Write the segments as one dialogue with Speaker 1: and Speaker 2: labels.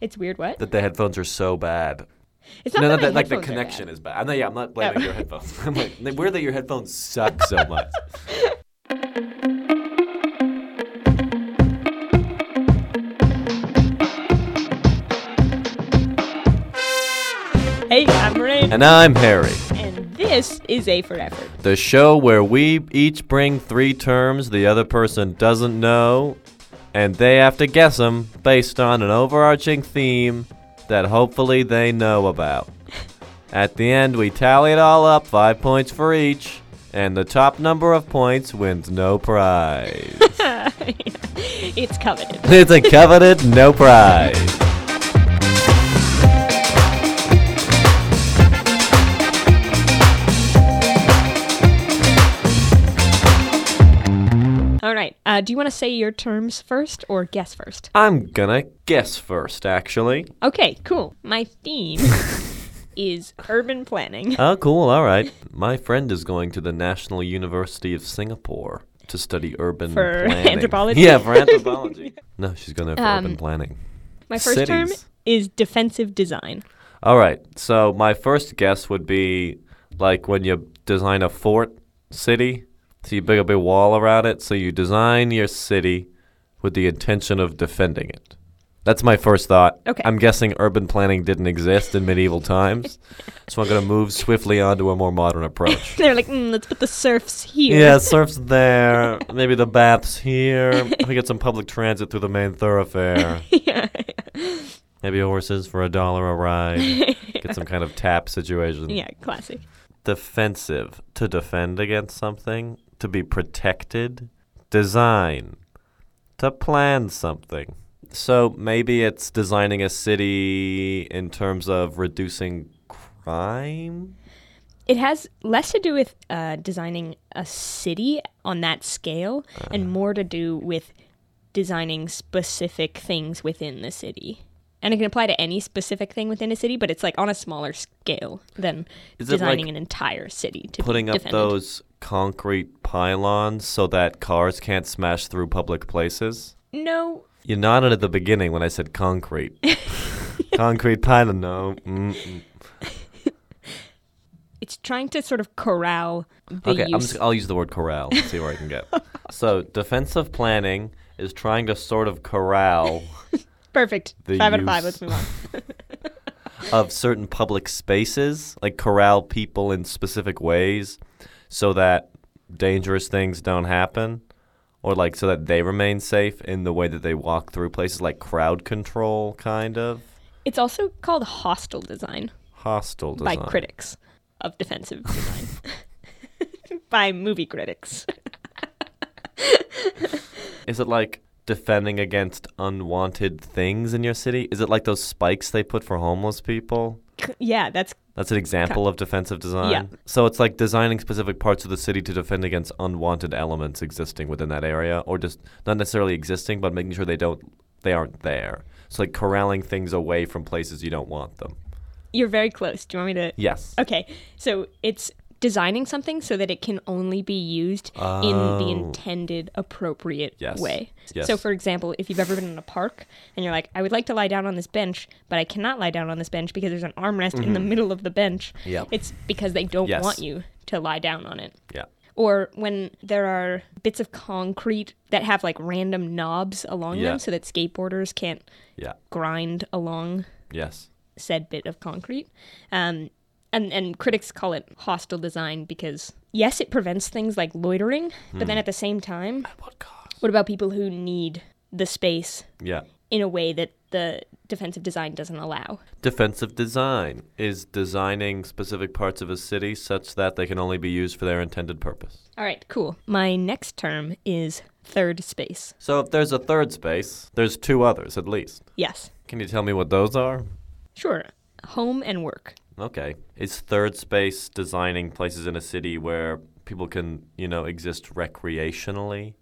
Speaker 1: It's weird. What?
Speaker 2: that the headphones are so bad.
Speaker 1: it's not
Speaker 2: no,
Speaker 1: that
Speaker 2: no,
Speaker 1: my
Speaker 2: that, like the
Speaker 1: headphones are bad.
Speaker 2: connection is bad. I'm not, yeah, I'm not blaming
Speaker 1: Oh.
Speaker 2: your headphones. I'm like, weird that your headphones suck so much.
Speaker 1: Hey, I'm Marin,
Speaker 2: and I'm Harry.
Speaker 1: and this is A for Effort.
Speaker 2: The show where we each bring three terms the other person doesn't know, and they have to guess them based on an overarching theme that hopefully they know about. At the end, we tally it all up, five points for each, and the top number of points wins no prize.
Speaker 1: It's coveted.
Speaker 2: it's a coveted no prize.
Speaker 1: All right. Uh, do you want to say your terms first or guess first?
Speaker 2: I'm gonna guess first, actually.
Speaker 1: Okay, cool. My theme is urban planning.
Speaker 2: Oh, cool. All right. My friend is going to the National University of Singapore to study urban
Speaker 1: For
Speaker 2: planning.
Speaker 1: anthropology?
Speaker 2: Yeah, for anthropology. no, she's going to for urban
Speaker 1: Um,
Speaker 2: planning.
Speaker 1: My first term
Speaker 2: cities.
Speaker 1: is defensive design.
Speaker 2: All right. So my first guess would be like when you design a fort city, so you build a big wall around it. So you design your city with the intention of defending it. That's my first thought.
Speaker 1: Okay.
Speaker 2: I'm guessing urban planning didn't exist in medieval times, so I'm going to move swiftly onto a more modern approach.
Speaker 1: They're like, mm, let's put the serfs here.
Speaker 2: Yeah, surf's there. Maybe the bath's here. We get some public transit through the main thoroughfare.
Speaker 1: Yeah.
Speaker 2: Maybe horses for a dollar a ride. Get some kind of tap situation.
Speaker 1: yeah, classic.
Speaker 2: Defensive. To defend against something. To be protected. Design. To plan something. So maybe it's designing a city in terms of reducing crime?
Speaker 1: It has less to do with uh, designing a city on that scale and
Speaker 2: Uh-huh.
Speaker 1: more to do with designing specific things within the city. And it can apply to any specific thing within a city, but it's like on a smaller scale than
Speaker 2: Is it
Speaker 1: designing
Speaker 2: like
Speaker 1: an entire city to be
Speaker 2: putting up
Speaker 1: defended.
Speaker 2: those concrete pylons so that cars can't smash through public places?
Speaker 1: No,
Speaker 2: You nodded at the beginning when I said concrete. concrete pylon, no. Mm-mm.
Speaker 1: it's trying to sort of corral the
Speaker 2: Okay,
Speaker 1: use.
Speaker 2: I'm just, I'll use the word corral and see where I can get. so, defensive planning is trying to sort of corral
Speaker 1: Perfect.
Speaker 2: the
Speaker 1: Five out of five.
Speaker 2: use.
Speaker 1: Let's move on.
Speaker 2: of certain public spaces, like corral people in specific ways so that dangerous things don't happen or like so that they remain safe in the way that they walk through places like crowd control kind of
Speaker 1: It's also called hostile design,
Speaker 2: hostile
Speaker 1: by
Speaker 2: design.
Speaker 1: critics of defensive design, by movie critics.
Speaker 2: Is it like defending against unwanted things in your city? Is it like those spikes they put for homeless people?
Speaker 1: yeah, that's
Speaker 2: That's an example of defensive design.
Speaker 1: Yeah.
Speaker 2: So it's like designing specific parts of the city to defend against unwanted elements existing within that area, or just not necessarily existing, but making sure they don't they aren't there. So like corralling things away from places you don't want them.
Speaker 1: you're very close. Do you want me to?
Speaker 2: Yes.
Speaker 1: Okay, so it's designing something so that it can only be used in the
Speaker 2: Oh.
Speaker 1: intended appropriate
Speaker 2: Yes.
Speaker 1: way.
Speaker 2: Yes.
Speaker 1: So for example, if you've ever been in a park and you're like, I would like to lie down on this bench, but I cannot lie down on this bench because there's an armrest in the middle of the bench.
Speaker 2: Mm-hmm. Yep.
Speaker 1: It's because they don't
Speaker 2: Yes.
Speaker 1: want you to lie down on it.
Speaker 2: Yeah.
Speaker 1: Or when there are bits of concrete that have like random knobs along
Speaker 2: Yeah.
Speaker 1: them so that skateboarders can't
Speaker 2: Yeah.
Speaker 1: grind along
Speaker 2: Yes.
Speaker 1: said bit of concrete. Um, and, and critics call it hostile design because, yes, it prevents things like loitering, but then at the same time,
Speaker 2: What cost?
Speaker 1: what about people who need the space
Speaker 2: Yeah.
Speaker 1: in a way that the defensive design doesn't allow?
Speaker 2: Defensive design is designing specific parts of a city such that they can only be used for their intended purpose.
Speaker 1: All right, cool. My next term is third space.
Speaker 2: So if there's a third space, there's two others at least.
Speaker 1: Yes,
Speaker 2: Can you tell me what those are?
Speaker 1: sure. Home and work.
Speaker 2: Okay. Is third space designing places in a city where people can, you know, exist recreationally?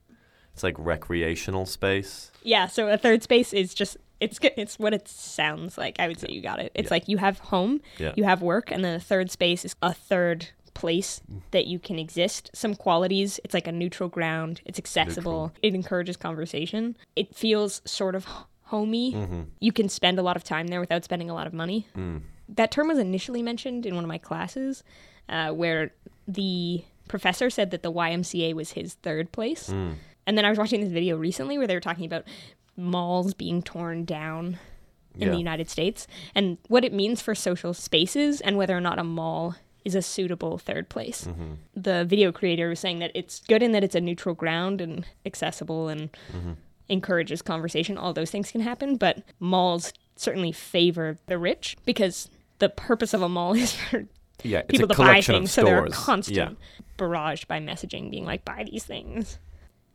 Speaker 2: It's like recreational space.
Speaker 1: Yeah, so a third space is just it's g- it's what it sounds like. I would say you got it. It's like you have home,
Speaker 2: Yeah.
Speaker 1: you have work, and then a third space is a third place that you can exist. Some qualities, it's like a neutral ground. It's accessible. It encourages conversation. It feels sort of h- homey. You can spend a lot of time there without spending a lot of money. That term was initially mentioned in one of my classes, uh, where the professor said that the YMCA was his third place. And then I was watching this video recently where they were talking about malls being torn down in
Speaker 2: Yeah.
Speaker 1: the United States and what it means for social spaces and whether or not a mall is a suitable third place. The video creator was saying that it's good in that it's a neutral ground and accessible and encourages conversation. All those things can happen, but malls certainly favor the rich because the purpose of a mall is for
Speaker 2: Yeah, it's
Speaker 1: people to buy
Speaker 2: a collection
Speaker 1: things,
Speaker 2: of
Speaker 1: so they're
Speaker 2: stores.
Speaker 1: constant
Speaker 2: Yeah.
Speaker 1: barraged by messaging being like, buy these things.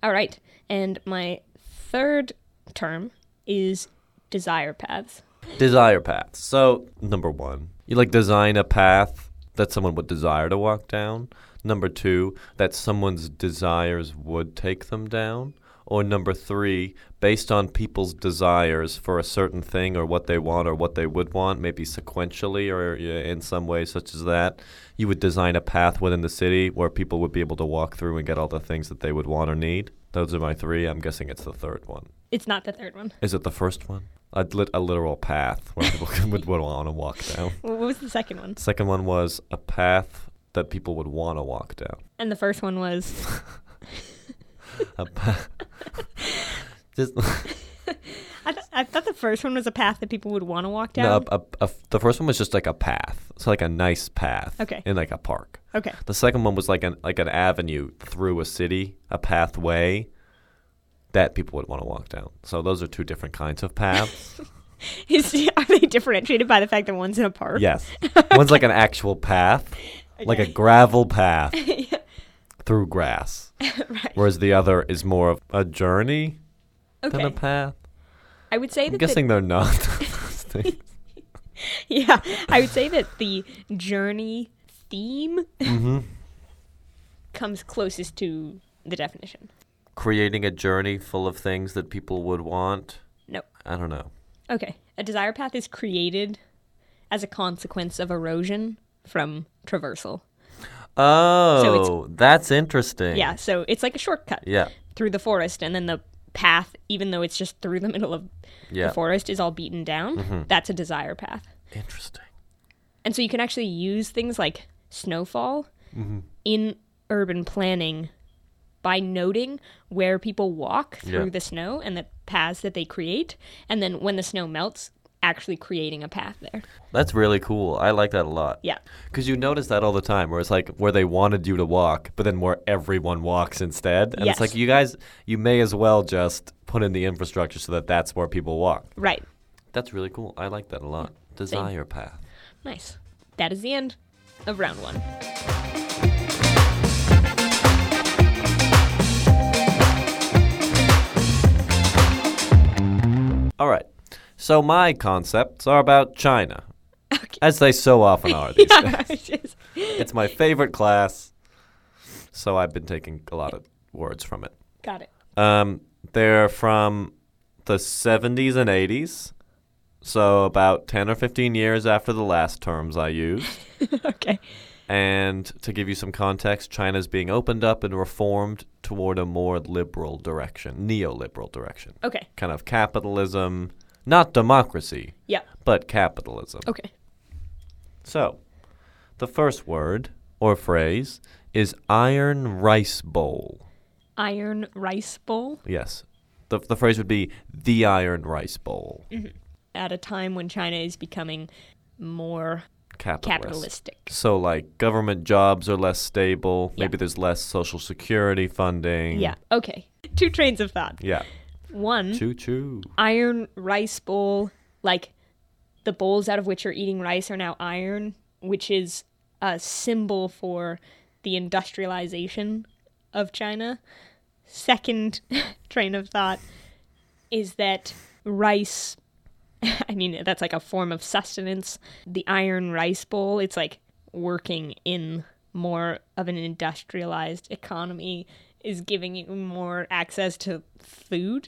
Speaker 1: All right. And my third term is desire paths.
Speaker 2: Desire paths. So, number one, you like design a path that someone would desire to walk down. Number two, that someone's desires would take them down. Or number three, based on people's desires for a certain thing or what they want or what they would want, maybe sequentially or yeah, in some way, such as that, you would design a path within the city where people would be able to walk through and get all the things that they would want or need. Those are my three. I'm guessing it's the third one.
Speaker 1: It's not the third one.
Speaker 2: Is it the first one? A, lit- a literal path where people could- would, would want to walk down.
Speaker 1: What was the second one?
Speaker 2: Second one was a path that people would want to walk down.
Speaker 1: And the first one was
Speaker 2: A path. Just,
Speaker 1: I, th- I thought the first one was a path that people would want to walk down.
Speaker 2: no, a, a- a- the first one was just like a path. So like a nice path.
Speaker 1: Okay.
Speaker 2: In like a park.
Speaker 1: Okay.
Speaker 2: The second one was like an like an avenue through a city, a pathway that people would want to walk down. So those are two different kinds of paths.
Speaker 1: Is, are they differentiated by the fact that one's in a park?
Speaker 2: yes. One's like an actual path. like a
Speaker 1: Okay.
Speaker 2: gravel path through grass,
Speaker 1: right.
Speaker 2: whereas the other is more of a journey than a
Speaker 1: Okay.
Speaker 2: path.
Speaker 1: I would say
Speaker 2: I'm
Speaker 1: that the-
Speaker 2: guessing they're not. those things.
Speaker 1: yeah, I would say that the journey theme
Speaker 2: Mm-hmm.
Speaker 1: comes closest to the definition.
Speaker 2: Creating a journey full of things that people would want.
Speaker 1: No.
Speaker 2: I don't know.
Speaker 1: Okay. A desire path is created as a consequence of erosion from traversal.
Speaker 2: Oh, that's interesting.
Speaker 1: Yeah, so it's like a shortcut
Speaker 2: Yeah.
Speaker 1: through the forest, and then the path, even though it's just through the middle of
Speaker 2: Yeah. Mm-hmm.
Speaker 1: the forest, is all beaten down. That's a desire path.
Speaker 2: Interesting.
Speaker 1: And so you can actually use things like snowfall
Speaker 2: Mm-hmm.
Speaker 1: in urban planning by noting where people walk through
Speaker 2: Yeah.
Speaker 1: the snow and the paths that they create. And then when the snow melts, actually creating a path there.
Speaker 2: That's really cool. I like that a lot.
Speaker 1: Yeah.
Speaker 2: Because you notice that all the time, where it's like where they wanted you to walk, but then where everyone walks instead. And
Speaker 1: Yes.
Speaker 2: it's like, you guys, you may as well just put in the infrastructure so that that's where people walk.
Speaker 1: Right.
Speaker 2: That's really cool. I like that a lot. Desire path.
Speaker 1: Nice. That is the end of round one.
Speaker 2: All right. So my concepts are about China,
Speaker 1: Okay.
Speaker 2: as they so often are these days.
Speaker 1: Just-
Speaker 2: It's my favorite class, so I've been taking a lot of words from it.
Speaker 1: Got it.
Speaker 2: Um, they're from the 70s and 80s, so about 10 or 15 years after the last terms I used.
Speaker 1: okay.
Speaker 2: And to give you some context, China's being opened up and reformed toward a more liberal direction, neoliberal direction.
Speaker 1: Okay.
Speaker 2: Kind of capitalism, not democracy,
Speaker 1: Yeah.
Speaker 2: but capitalism.
Speaker 1: Okay.
Speaker 2: So, the first word or phrase is iron rice bowl.
Speaker 1: Iron rice bowl
Speaker 2: Yes. The, the phrase would be the iron rice bowl.
Speaker 1: at a time when China is becoming more capitalistic.
Speaker 2: So, like, government jobs are less stable.
Speaker 1: Yeah.
Speaker 2: Maybe there's less social security funding.
Speaker 1: Yeah. Mm-hmm. Okay. Two trains of thought.
Speaker 2: Yeah.
Speaker 1: One,
Speaker 2: Choo choo.
Speaker 1: iron rice bowl, like the bowls out of which you're eating rice are now iron, which is a symbol for the industrialization of China. Second train of thought is that rice, I mean, that's like a form of sustenance. The iron rice bowl, it's like working in more of an industrialized economy is giving you more access to food.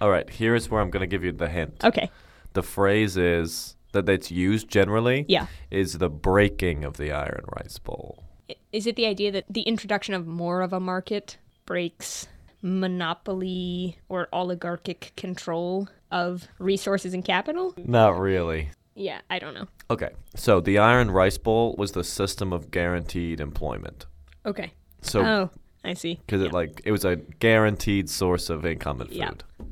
Speaker 2: All right, here's where I'm going to give you the hint.
Speaker 1: Okay.
Speaker 2: The phrase is that that's used generally
Speaker 1: Yeah.
Speaker 2: is the breaking of the iron rice bowl.
Speaker 1: Is it the idea that the introduction of more of a market breaks monopoly or oligarchic control of resources and capital?
Speaker 2: Not really.
Speaker 1: Yeah, I don't know.
Speaker 2: Okay, so the Iron Rice Bowl was the system of guaranteed employment.
Speaker 1: Okay.
Speaker 2: So,
Speaker 1: oh, I see.
Speaker 2: because it like it was a guaranteed source of income and food.
Speaker 1: Yeah.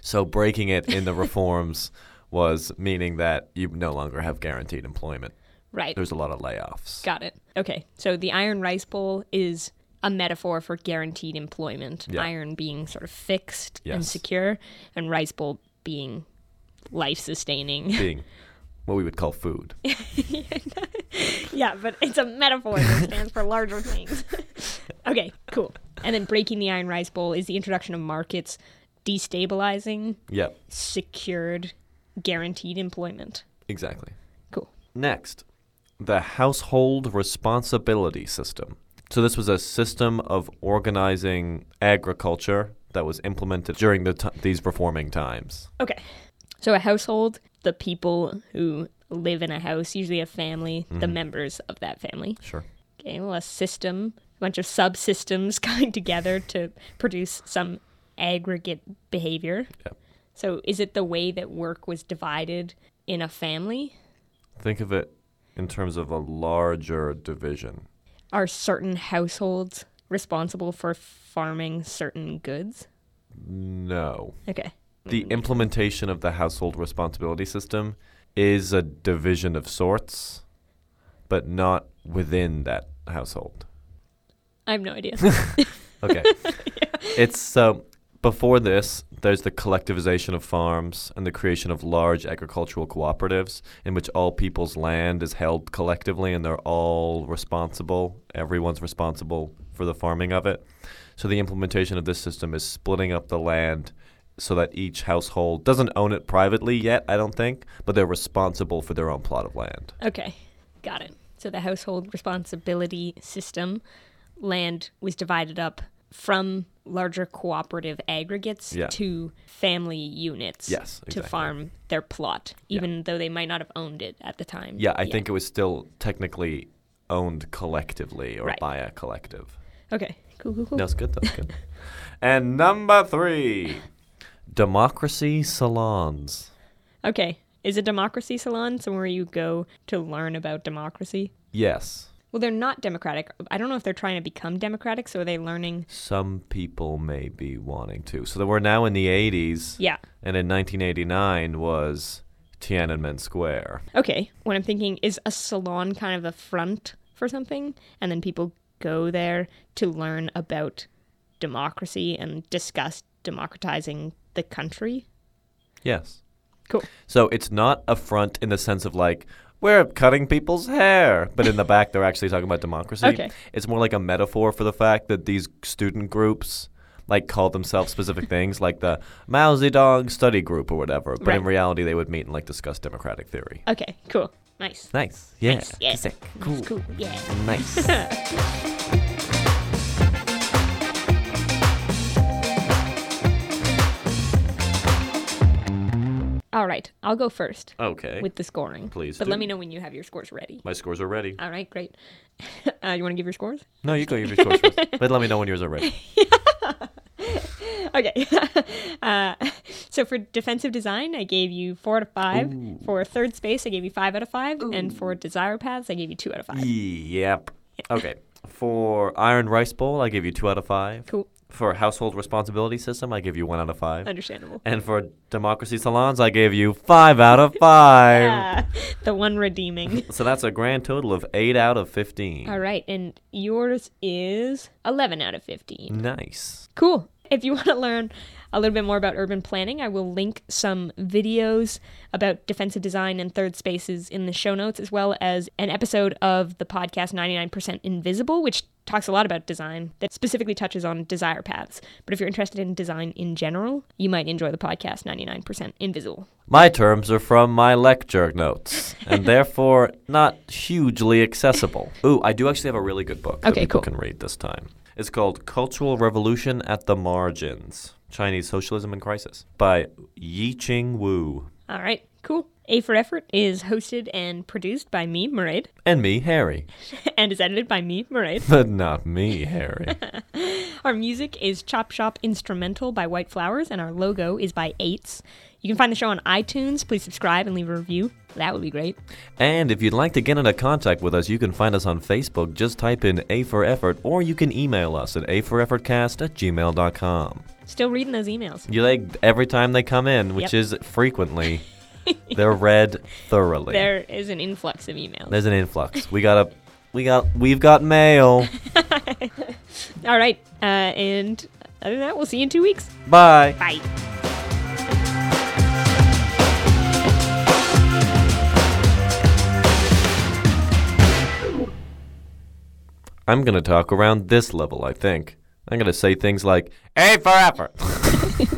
Speaker 2: So breaking it in the reforms was meaning that you no longer have guaranteed employment.
Speaker 1: Right.
Speaker 2: There's a lot of layoffs.
Speaker 1: Got it. Okay. So the iron rice bowl is a metaphor for guaranteed employment.
Speaker 2: Yeah.
Speaker 1: Iron being sort of fixed and
Speaker 2: Yes.
Speaker 1: secure, and rice bowl being life sustaining.
Speaker 2: Being what we would call food.
Speaker 1: yeah, but it's a metaphor that stands for larger things. okay, cool. And then breaking the iron rice bowl is the introduction of markets destabilizing
Speaker 2: yep,
Speaker 1: secured guaranteed employment.
Speaker 2: exactly.
Speaker 1: Cool.
Speaker 2: Next, the household responsibility system. So, this was a system of organizing agriculture that was implemented during the t- these reforming times.
Speaker 1: Okay. So a household, the people who live in a house, usually a family, the members of that family.
Speaker 2: Sure.
Speaker 1: Okay, well, a system, a bunch of subsystems coming together to produce some aggregate behavior.
Speaker 2: Yep.
Speaker 1: So is it the way that work was divided in a family?
Speaker 2: Think of it in terms of a larger division.
Speaker 1: Are certain households responsible for farming certain goods?
Speaker 2: No.
Speaker 1: Okay.
Speaker 2: The implementation of the household responsibility system is a division of sorts, but not within that household.
Speaker 1: I have no idea.
Speaker 2: Okay. It's so before this, there's the collectivization of farms and the creation of large agricultural cooperatives in which all people's land is held collectively and they're all responsible. Everyone's responsible for the farming of it. So the implementation of this system is splitting up the land so that each household doesn't own it privately yet, I don't think, but they're responsible for their own plot of land.
Speaker 1: Okay, got it. So the household responsibility system land was divided up from larger cooperative aggregates
Speaker 2: Yeah.
Speaker 1: to family units
Speaker 2: Yes,
Speaker 1: to
Speaker 2: exactly.
Speaker 1: farm their plot, even though they might not have owned it at the time.
Speaker 2: Yeah, I
Speaker 1: yet.
Speaker 2: think it was still technically owned collectively or
Speaker 1: Right.
Speaker 2: by a collective.
Speaker 1: Okay, cool, cool, cool.
Speaker 2: That's good. That's good. and number three, democracy salons.
Speaker 1: Okay, is a democracy salon somewhere you go to learn about democracy?
Speaker 2: Yes,
Speaker 1: Well, they're not democratic. I don't know if they're trying to become democratic, so are they learning?
Speaker 2: some people may be wanting to. So that we're now in the 80s,
Speaker 1: Yeah.
Speaker 2: and in 1989 was Tiananmen Square.
Speaker 1: Okay. What I'm thinking is a salon kind of a front for something, and then people go there to learn about democracy and discuss democratizing the country.
Speaker 2: Yes.
Speaker 1: Cool.
Speaker 2: So it's not a front in the sense of like we're cutting people's hair, but in the back they're actually talking about democracy.
Speaker 1: Okay.
Speaker 2: It's more like a metaphor for the fact that these student groups like call themselves specific things, like the Mao Zedong study group or whatever. But in
Speaker 1: Right.
Speaker 2: reality, they would meet and like discuss democratic theory.
Speaker 1: Okay. Cool. Nice.
Speaker 2: Nice. Yeah.
Speaker 1: Nice. Yeah.
Speaker 2: Sick. Cool.
Speaker 1: Cool. Yeah.
Speaker 2: Nice.
Speaker 1: All right. I'll go first
Speaker 2: okay.
Speaker 1: with the scoring.
Speaker 2: Please
Speaker 1: But
Speaker 2: do.
Speaker 1: let me know when you have your scores ready.
Speaker 2: My scores are ready.
Speaker 1: All right. Great. uh, you want to give your scores?
Speaker 2: No, you go give your scores first. But let me know when yours are ready.
Speaker 1: Okay. uh, so for defensive design, I gave you four out of five. For third space, I gave you five out of five. And for desire paths, I gave you two out of five.
Speaker 2: Yep. Okay. For Iron Rice Bowl, I give you two out of five.
Speaker 1: Cool.
Speaker 2: For household responsibility system, I give you one out of five.
Speaker 1: Understandable.
Speaker 2: And for democracy salons, I gave you five out of five.
Speaker 1: Ah, the one redeeming.
Speaker 2: So that's a grand total of eight out of 15.
Speaker 1: All right, and yours is 11 out of 15.
Speaker 2: Nice.
Speaker 1: Cool. If you want to learn a little bit more about urban planning, I will link some videos about defensive design and third spaces in the show notes, as well as an episode of the podcast 99% Invisible, which talks a lot about design that specifically touches on desire paths. But if you're interested in design in general, you might enjoy the podcast 99% Invisible.
Speaker 2: My terms are from my lecture notes and therefore not hugely accessible. Ooh, I do actually have a really good book that
Speaker 1: Okay,
Speaker 2: people
Speaker 1: cool.
Speaker 2: can read this time. It's called Cultural Revolution at the Margins Chinese Socialism in Crisis by Yi Ching Wu.
Speaker 1: All right, cool. A for Effort is hosted and produced by me, Maraid,
Speaker 2: And me, Harry.
Speaker 1: and is edited by me, Maraid.
Speaker 2: But not me, Harry.
Speaker 1: Our music is Chop Shop Instrumental by White Flowers, and our logo is by Eights. You can find the show on iTunes. Please subscribe and leave a review. That would be great.
Speaker 2: and if you'd like to get into contact with us, you can find us on Facebook. Just type in A for Effort, or you can email us at A for Effortcast at gmail.com.
Speaker 1: Still reading those emails.
Speaker 2: You like every time they come in, which
Speaker 1: Yep.
Speaker 2: is frequently, they're read thoroughly.
Speaker 1: There is an influx of emails.
Speaker 2: There's an influx. We got a, we got, we've got mail.
Speaker 1: All right. Uh, and other than that, we'll see you in two weeks.
Speaker 2: Bye.
Speaker 1: Bye.
Speaker 2: I'm gonna talk around this level. I think I'm gonna say things like A for Effort.